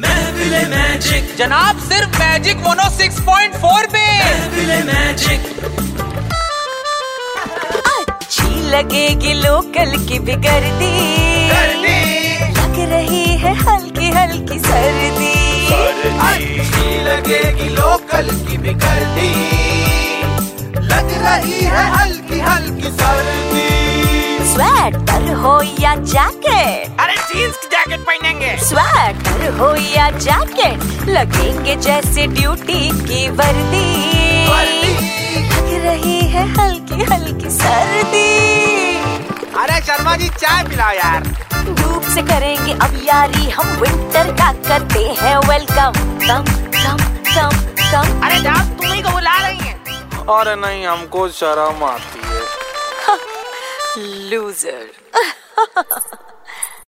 महफिले magic जनाब सिर्फ magic mono 6.4 पे महफिले मैजिक अच्छी लगेगी लोकल की बिगड़ती लग रही है हल्की हल्की सर्दी अच्छी लगेगी लोकल की बिगड़ती लग रही है हल्की हल्की सर्दी स्वेटर हो या जैकेट अरे जीन्स की जैकेट पहनेंगे स्वेटर हो या जैकेट लगेंगे जैसे ड्यूटी की वर्दी लग रही है हल्की हल्की सर्दी अरे शर्मा जी चाय पिलाओ यार धूप से करेंगे अब यारी हम विंटर का करते हैं वेलकम कम कम कम कम अरे जनाब तुम ही को बुला रही है अरे नहीं हमको शर्म आती है लूजर